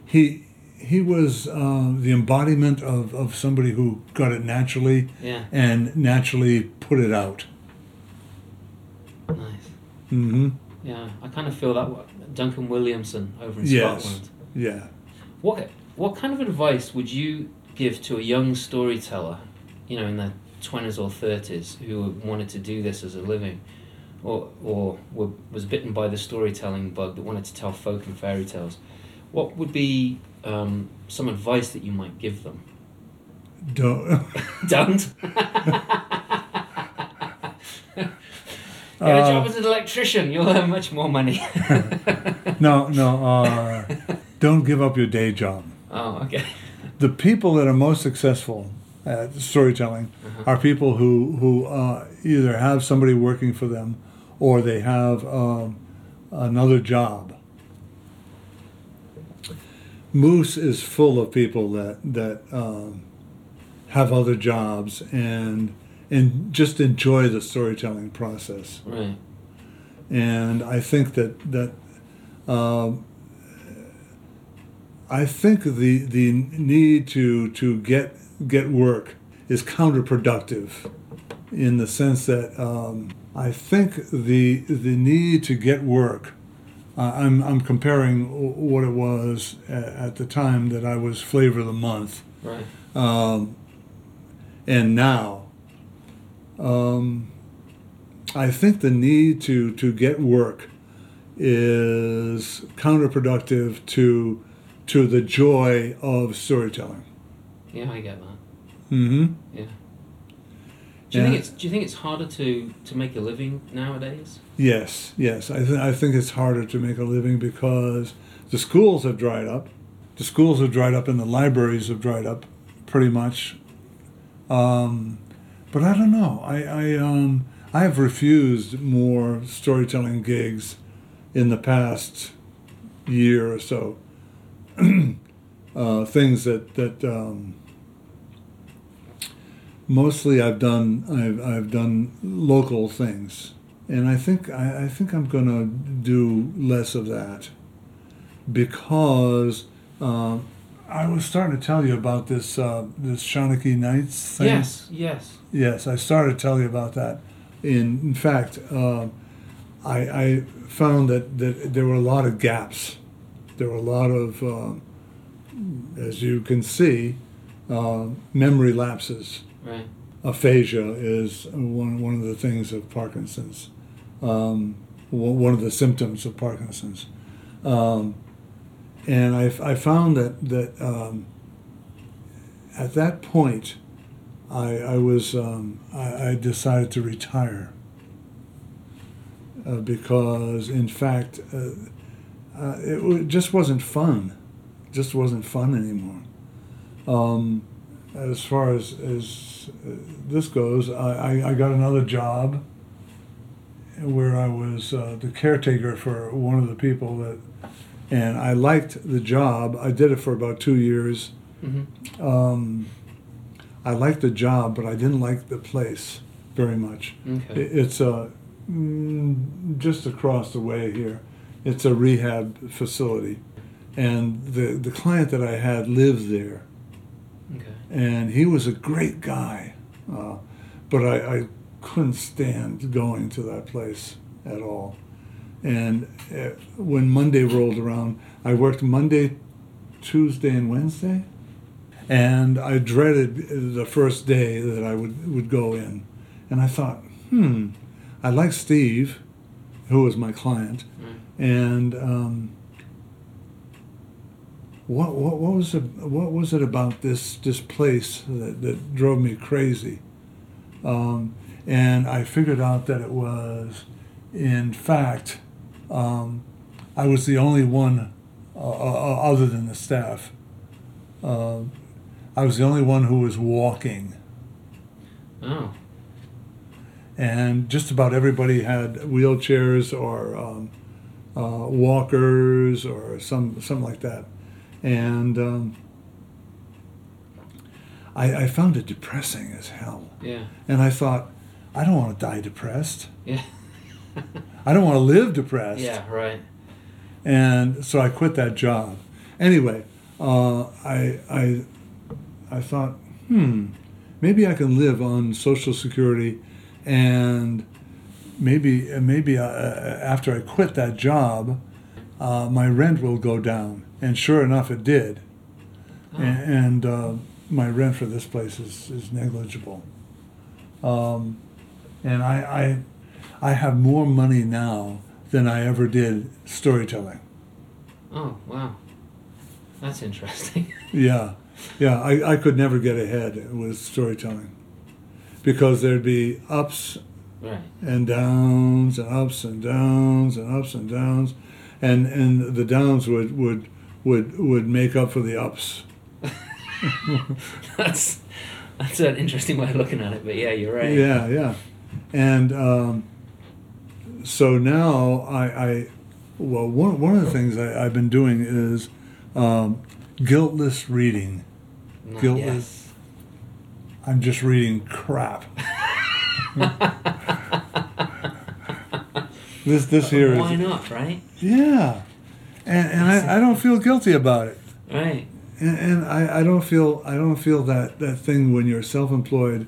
he he was uh, the embodiment of, of somebody who got it naturally
Yeah.
and naturally put it out.
Nice.
hmm
Yeah, I kind of feel that wa- Duncan Williamson over in
Yes.
Scotland.
Yeah.
What what kind of advice would you give to a young storyteller, you know, in their twenties or thirties, who wanted to do this as a living, or or were, was bitten by the storytelling bug but wanted to tell folk and fairy tales? What would be um, some advice that you might give them? <laughs>
Don't. <laughs>
Don't. <laughs> Get a job as an electrician. You'll earn much more money. <laughs>
no, no. Uh, don't give up your day job.
oh, okay.
the people that are most successful at storytelling are people who who uh, either have somebody working for them or they have um, another job. Moose is full of people that that um, have other jobs and and just enjoy the storytelling process
Right.
and I think that that um, I think the the need to to get get work is counterproductive in the sense that um, I think the the need to get work. Uh, I'm I'm comparing wh- what it was at, at the time that I was flavor of the month
Right.
um, and now Um, I think the need to, to get work is counterproductive to to the joy of storytelling.
Yeah, I get that.
Mm-hmm.
Do you
Yeah.
think it's Do you think it's harder to to make a living nowadays?
Yes, yes. I, th- I think it's harder to make a living because the schools have dried up. The schools have dried up and the libraries have dried up pretty much. Um, but I don't know. I, I, um, I have refused more storytelling gigs in the past year or so. <clears throat> uh, things that, that um, mostly I've done, I've, I've done local things and I think I, I think I'm going to do less of that because um, I was starting to tell you about this uh, this Shawnee Nights thing.
Yes, yes.
Yes, I started to tell you about that. In, in fact, um I, I found that, that there were a lot of gaps. There were a lot of, um as you can see, uh, memory lapses
Right.
aphasia is one, one of the things of Parkinson's, um, o- one of the symptoms of Parkinson's. Um, and I, I found that, that um, at that point, I, I was um, I, I decided to retire uh, because in fact uh, uh, it wa- just wasn't fun, just wasn't fun anymore. Um, as far as as uh, this goes, I, I, I got another job where I was uh, the caretaker for one of the people that, and I liked the job. I did it for about two years.
hmm
Um, I liked the job, but I didn't like the place very much.
Okay.
It- It's a mm, just across the way here. It's a rehab facility, and the the client that I had lived there
okay.
and he was a great guy, uh, but I, I couldn't stand going to that place at all. And uh, when Monday rolled around, I worked Monday, Tuesday, and Wednesday, and I dreaded the first day that I would, would go in. And I thought, hmm, I like Steve, who was my client,
Right.
and um, what, what what was it, what was it about this this place that, that drove me crazy? Um, and I figured out that it was, in fact, um, I was the only one uh, uh, uh, other than the staff. Uh, I was the only one who was walking,
Oh.
and just about everybody had wheelchairs or um, uh, walkers or some something like that. And um, I, I found it depressing as hell.
Yeah.
And I thought, I don't want to die depressed.
Yeah. <laughs>
I don't want to live depressed.
Yeah. Right.
And so I quit that job. Anyway, uh, I, I, I thought, hmm, maybe I can live on Social Security, and maybe maybe uh, after I quit that job, uh, my rent will go down. And sure enough, it did.
Oh.
A- And, uh, my rent for this place is, is negligible. Um, and I, I, I have more money now than I ever did storytelling.
Oh. Wow. That's interesting. <laughs>
Yeah, yeah. I, I could never get ahead with storytelling because there'd be ups
right. <laughs>
and downs and ups and downs and ups and downs, and and the downs would would would would make up for the ups.
That's that's an interesting way of looking at it. But yeah, you're right.
Yeah, yeah. And um, so now I, I well one one of the things I, I've been doing is um, guiltless reading.
Not
Guiltless. I'm just reading crap. this this
yet.
here is
Why not? Right.
yeah, and and I, I don't feel guilty about it,
Right.
and, and I, I don't feel I don't feel that that thing when you're self-employed,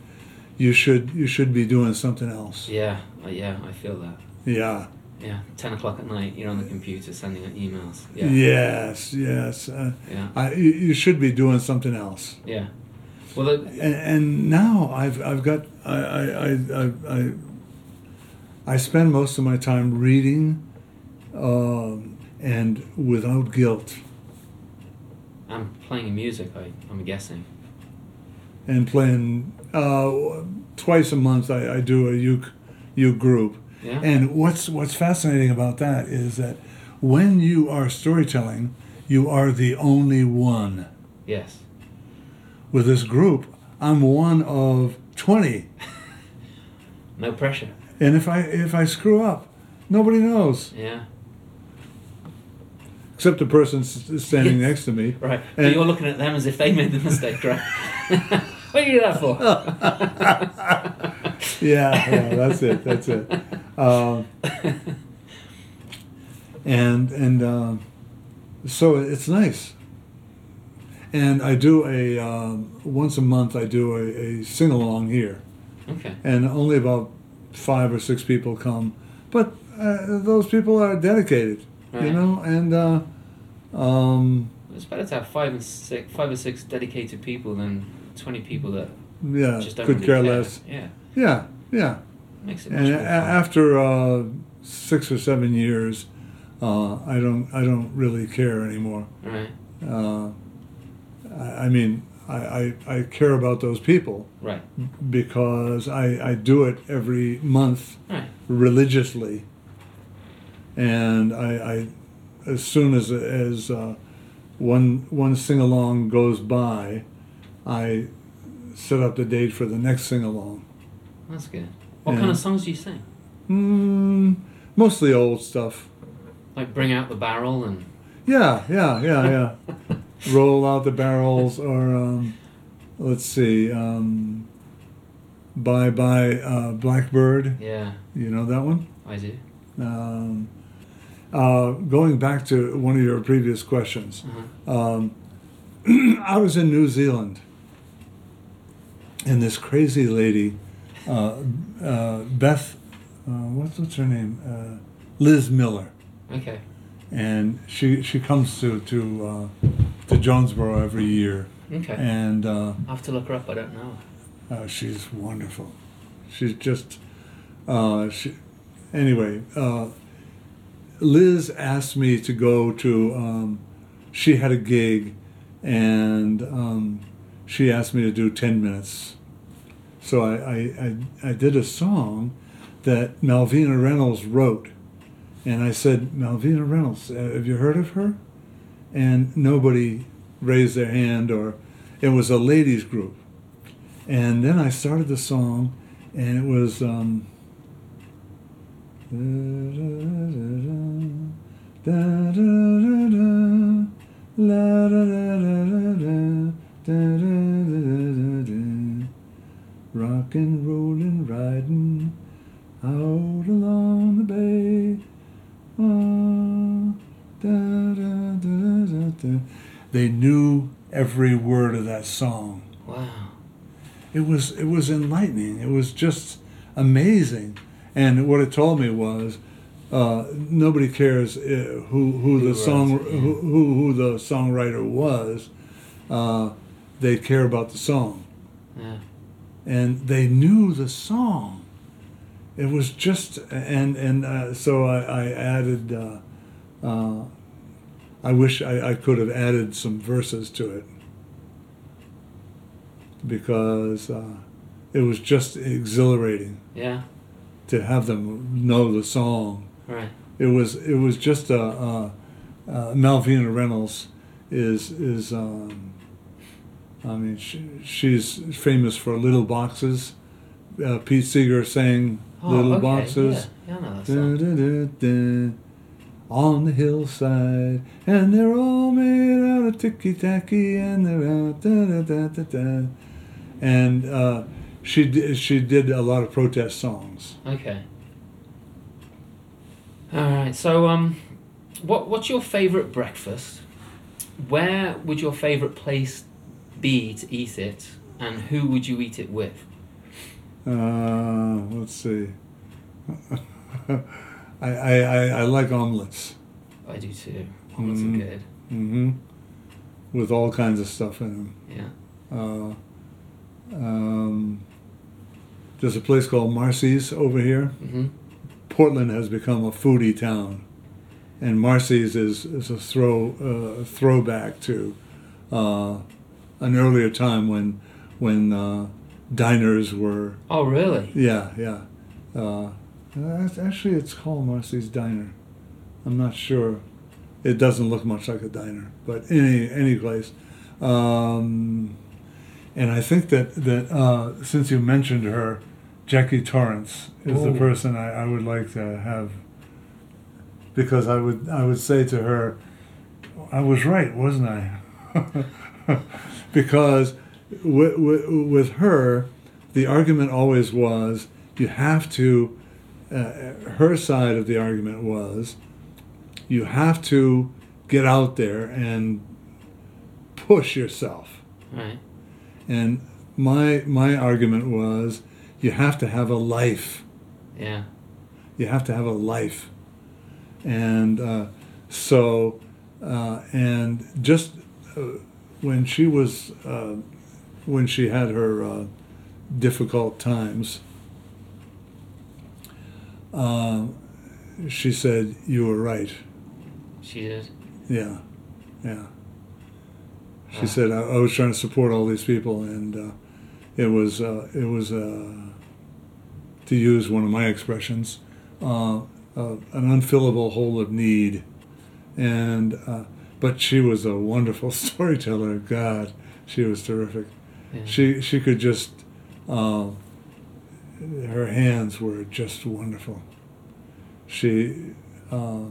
you should you should be doing something else.
Yeah. uh, Yeah. I feel that.
Yeah.
Yeah. Ten o'clock at night. You're on the computer sending out emails. Yeah.
Yes. Yes. Uh,
Yeah.
I you, you should be doing something else.
Yeah. Well, the,
and, and now I've I've got I I, I I I I spend most of my time reading, um, and without guilt,
I'm playing music. I, I'm guessing.
and playing uh, twice a month. I, I do a uke uke group,
Yeah.
and what's what's fascinating about that is that when you are storytelling, you are the only one.
yes.
With this group, I'm one of twenty
No pressure.
And if I if I screw up, nobody knows
Yeah.
except the person s- standing
Yes.
next to me.
<laughs> Right.
And-
but you're looking at them as if they made the mistake, right? <laughs> what are you there for?
<laughs> Oh. Yeah, yeah, that's it. That's it. Um, and and um, so it's nice. And I do a um, once a month. I do a, a sing along here,
Okay.
and only about five or six people come, but uh, those people are dedicated, you
Right.
know. And uh, um,
It's better to have five and six, five or six dedicated people than twenty people that
yeah,
just don't
Uh, could
really
care less.
Yeah.
Yeah, yeah.
Makes it. Much
And a-
more fun.
after uh, six or seven years, uh, I don't I don't really care anymore.
Right.
Uh, I, I mean, I, I, I care about those people
Right.
Hmm. because I, I do it every month
Right.
religiously, and I, I as soon as as uh, one one sing along goes by, I set up the date for the next sing along.
That's good. What kind
Yeah.
of songs do you sing?
Mm, mostly old stuff.
Like bring out the barrel and
Yeah, yeah, yeah, yeah. Roll out the barrels, or um, let's see, um, bye bye uh, blackbird.
yeah,
You know that one.
I do.
Um, uh, going back to one of your previous questions,
Uh-huh.
um, <clears throat> I was in New Zealand, and this crazy lady, uh, uh, Beth, uh, what's what's her name, uh, Liz Miller.
Okay.
and she she comes to to uh, to Jonesboro every year,
Okay.
and uh,
I have to look her up. I don't know.
uh, she's wonderful. She's just uh, she. Anyway, uh, Liz asked me to go to. Um, she had a gig, and um, she asked me to do ten minutes. So I I, I I did a song that Malvina Reynolds wrote, and I said, Malvina Reynolds, uh, have you heard of her? And nobody raised their hand, or it was a ladies' group. And then I started the song, and it was. Um, Rock and rollin', riding out along the bay. Ah, da, da, da, da, da. They knew every word of that song
Wow.
it was it was enlightening. It was just amazing. And what it told me was, uh, nobody cares uh, who who the
wrote
song
it, yeah.
who, who who the songwriter was. Uh, they care about the song,
Yeah.
and they knew the song. It was just and and uh, so I, I added. Uh, uh, I wish I, I could have added some verses to it because uh, it was just exhilarating
Yeah.
to have them know the song.
Right.
It was it was just a, uh uh Malvina Reynolds is is um, I mean she, she's famous for Little Boxes. Uh, Pete Seeger sang
Oh,
Little
okay.
Boxes.
Yeah. yeah, I know that
Dun,
song.
dun, dun, dun. On the hillside, and they're all made out of ticky tacky, and they're out da da da da da. And uh, she did, she did a lot of protest songs.
Okay. All right. So um, what what's your favorite breakfast? Where would your favorite place be to eat it, and who would you eat it with?
Uh, let's see. <laughs> I, I, I, I like omelets.
I do too. Omelets
Mm.
are good.
hmm With all kinds of stuff in them.
Yeah.
Uh, Um, there's a place called Marcy's over here.
hmm
Portland has become a foodie town, and Marcy's is, is a throw uh, throwback to uh, an earlier time when when uh, diners were
Oh, really?
yeah yeah. Uh, that's- actually, it's called Marcy's Diner. I'm not sure. It doesn't look much like a diner, but any any place. Um, and I think that that uh, since you mentioned her, Jackie Torrance is the
Ooh.
person I, I would like to have because I would I would say to her, I was right, wasn't I? <laughs> because with, with, with her, the argument always was you have to. Uh, her side of the argument was you have to get out there and push yourself.
Right.
And my my argument was you have to have a life.
Yeah.
You have to have a life. And uh, so, uh, and just uh, when she was, uh, when she had her uh, difficult times, uh, she said, You were right.
She did.
Yeah, yeah. She
Wow.
said I, I was trying to support all these people, and uh, it was uh, it was uh, to use one of my expressions, uh, uh, an unfillable hole of need, and uh, but she was a wonderful <laughs> storyteller. God, she was terrific.
Yeah.
She she could just. Uh, her hands were just wonderful. She, uh,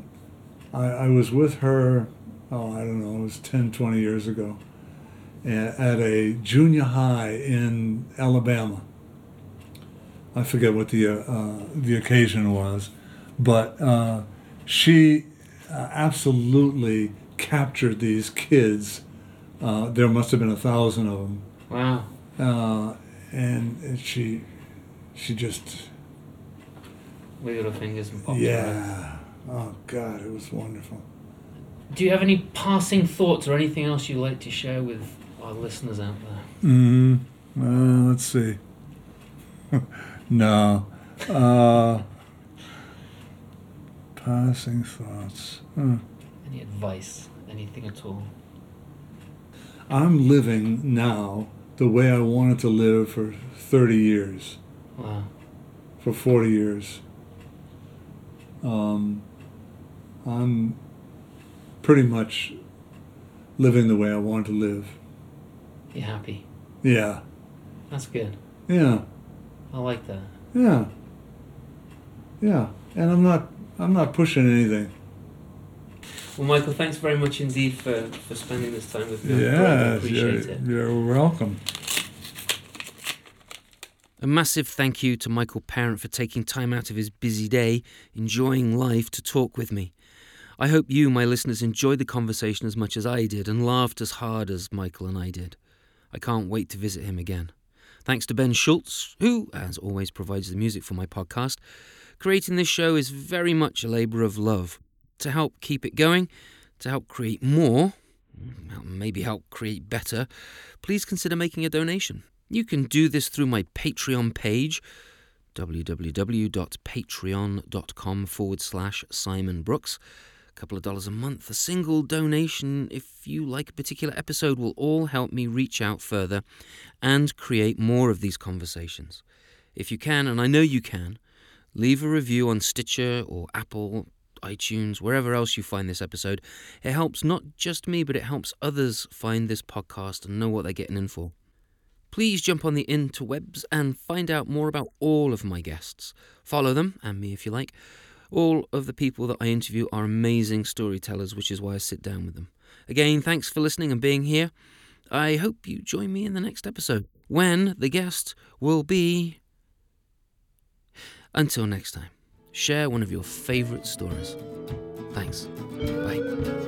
I, I was with her, oh, I don't know, it was 10, 20 years ago, a- at a junior high in Alabama. I forget what the, uh, uh, the occasion was, but uh, she uh, absolutely captured these kids. Uh, there must have been a thousand of them
Wow.
uh, and and she she just
Wiggled her fingers and popped her.
yeah oh god it was wonderful
Do you have any passing thoughts or anything else you'd like to share with our listeners out there?
mm, uh, let's see <laughs> no uh, passing thoughts Hmm.
Any advice? Anything at all?
i'm living now the way i wanted to live for 30 years
Wow.
for 40 years. Um, I'm pretty much living the way I want to live.
You're happy.
Yeah,
That's good.
yeah,
I like that.
yeah, yeah. And I'm not, I'm not pushing anything.
Well, Michael, thanks very much indeed for, for spending this time with me. I
yeah,
greatly appreciate
you're,
it.
you're welcome.
A massive thank you to Michael Parent for taking time out of his busy day, enjoying life to talk with me. I hope you, my listeners, enjoyed the conversation as much as I did and laughed as hard as Michael and I did. I can't wait to visit him again. Thanks to Ben Schultz, who, as always, provides the music for my podcast. Creating this show is very much a labour of love. To help keep it going, to help create more, well, maybe help create better, please consider making a donation. You can do this through my Patreon page, www.patreon.com forward slash Simon Brooks. A couple of dollars a month, a single donation, if you like a particular episode, will all help me reach out further and create more of these conversations. If you can, and I know you can, leave a review on Stitcher or Apple, iTunes, wherever else you find this episode. It helps not just me, but it helps others find this podcast and know what they're getting in for. Please jump on the interwebs and find out more about all of my guests. Follow them, and me if you like. All of the people that I interview are amazing storytellers, which is why I sit down with them. Again, thanks for listening and being here. I hope you join me in the next episode when the guest will be. Until next time, share one of your favourite stories. Thanks. Bye.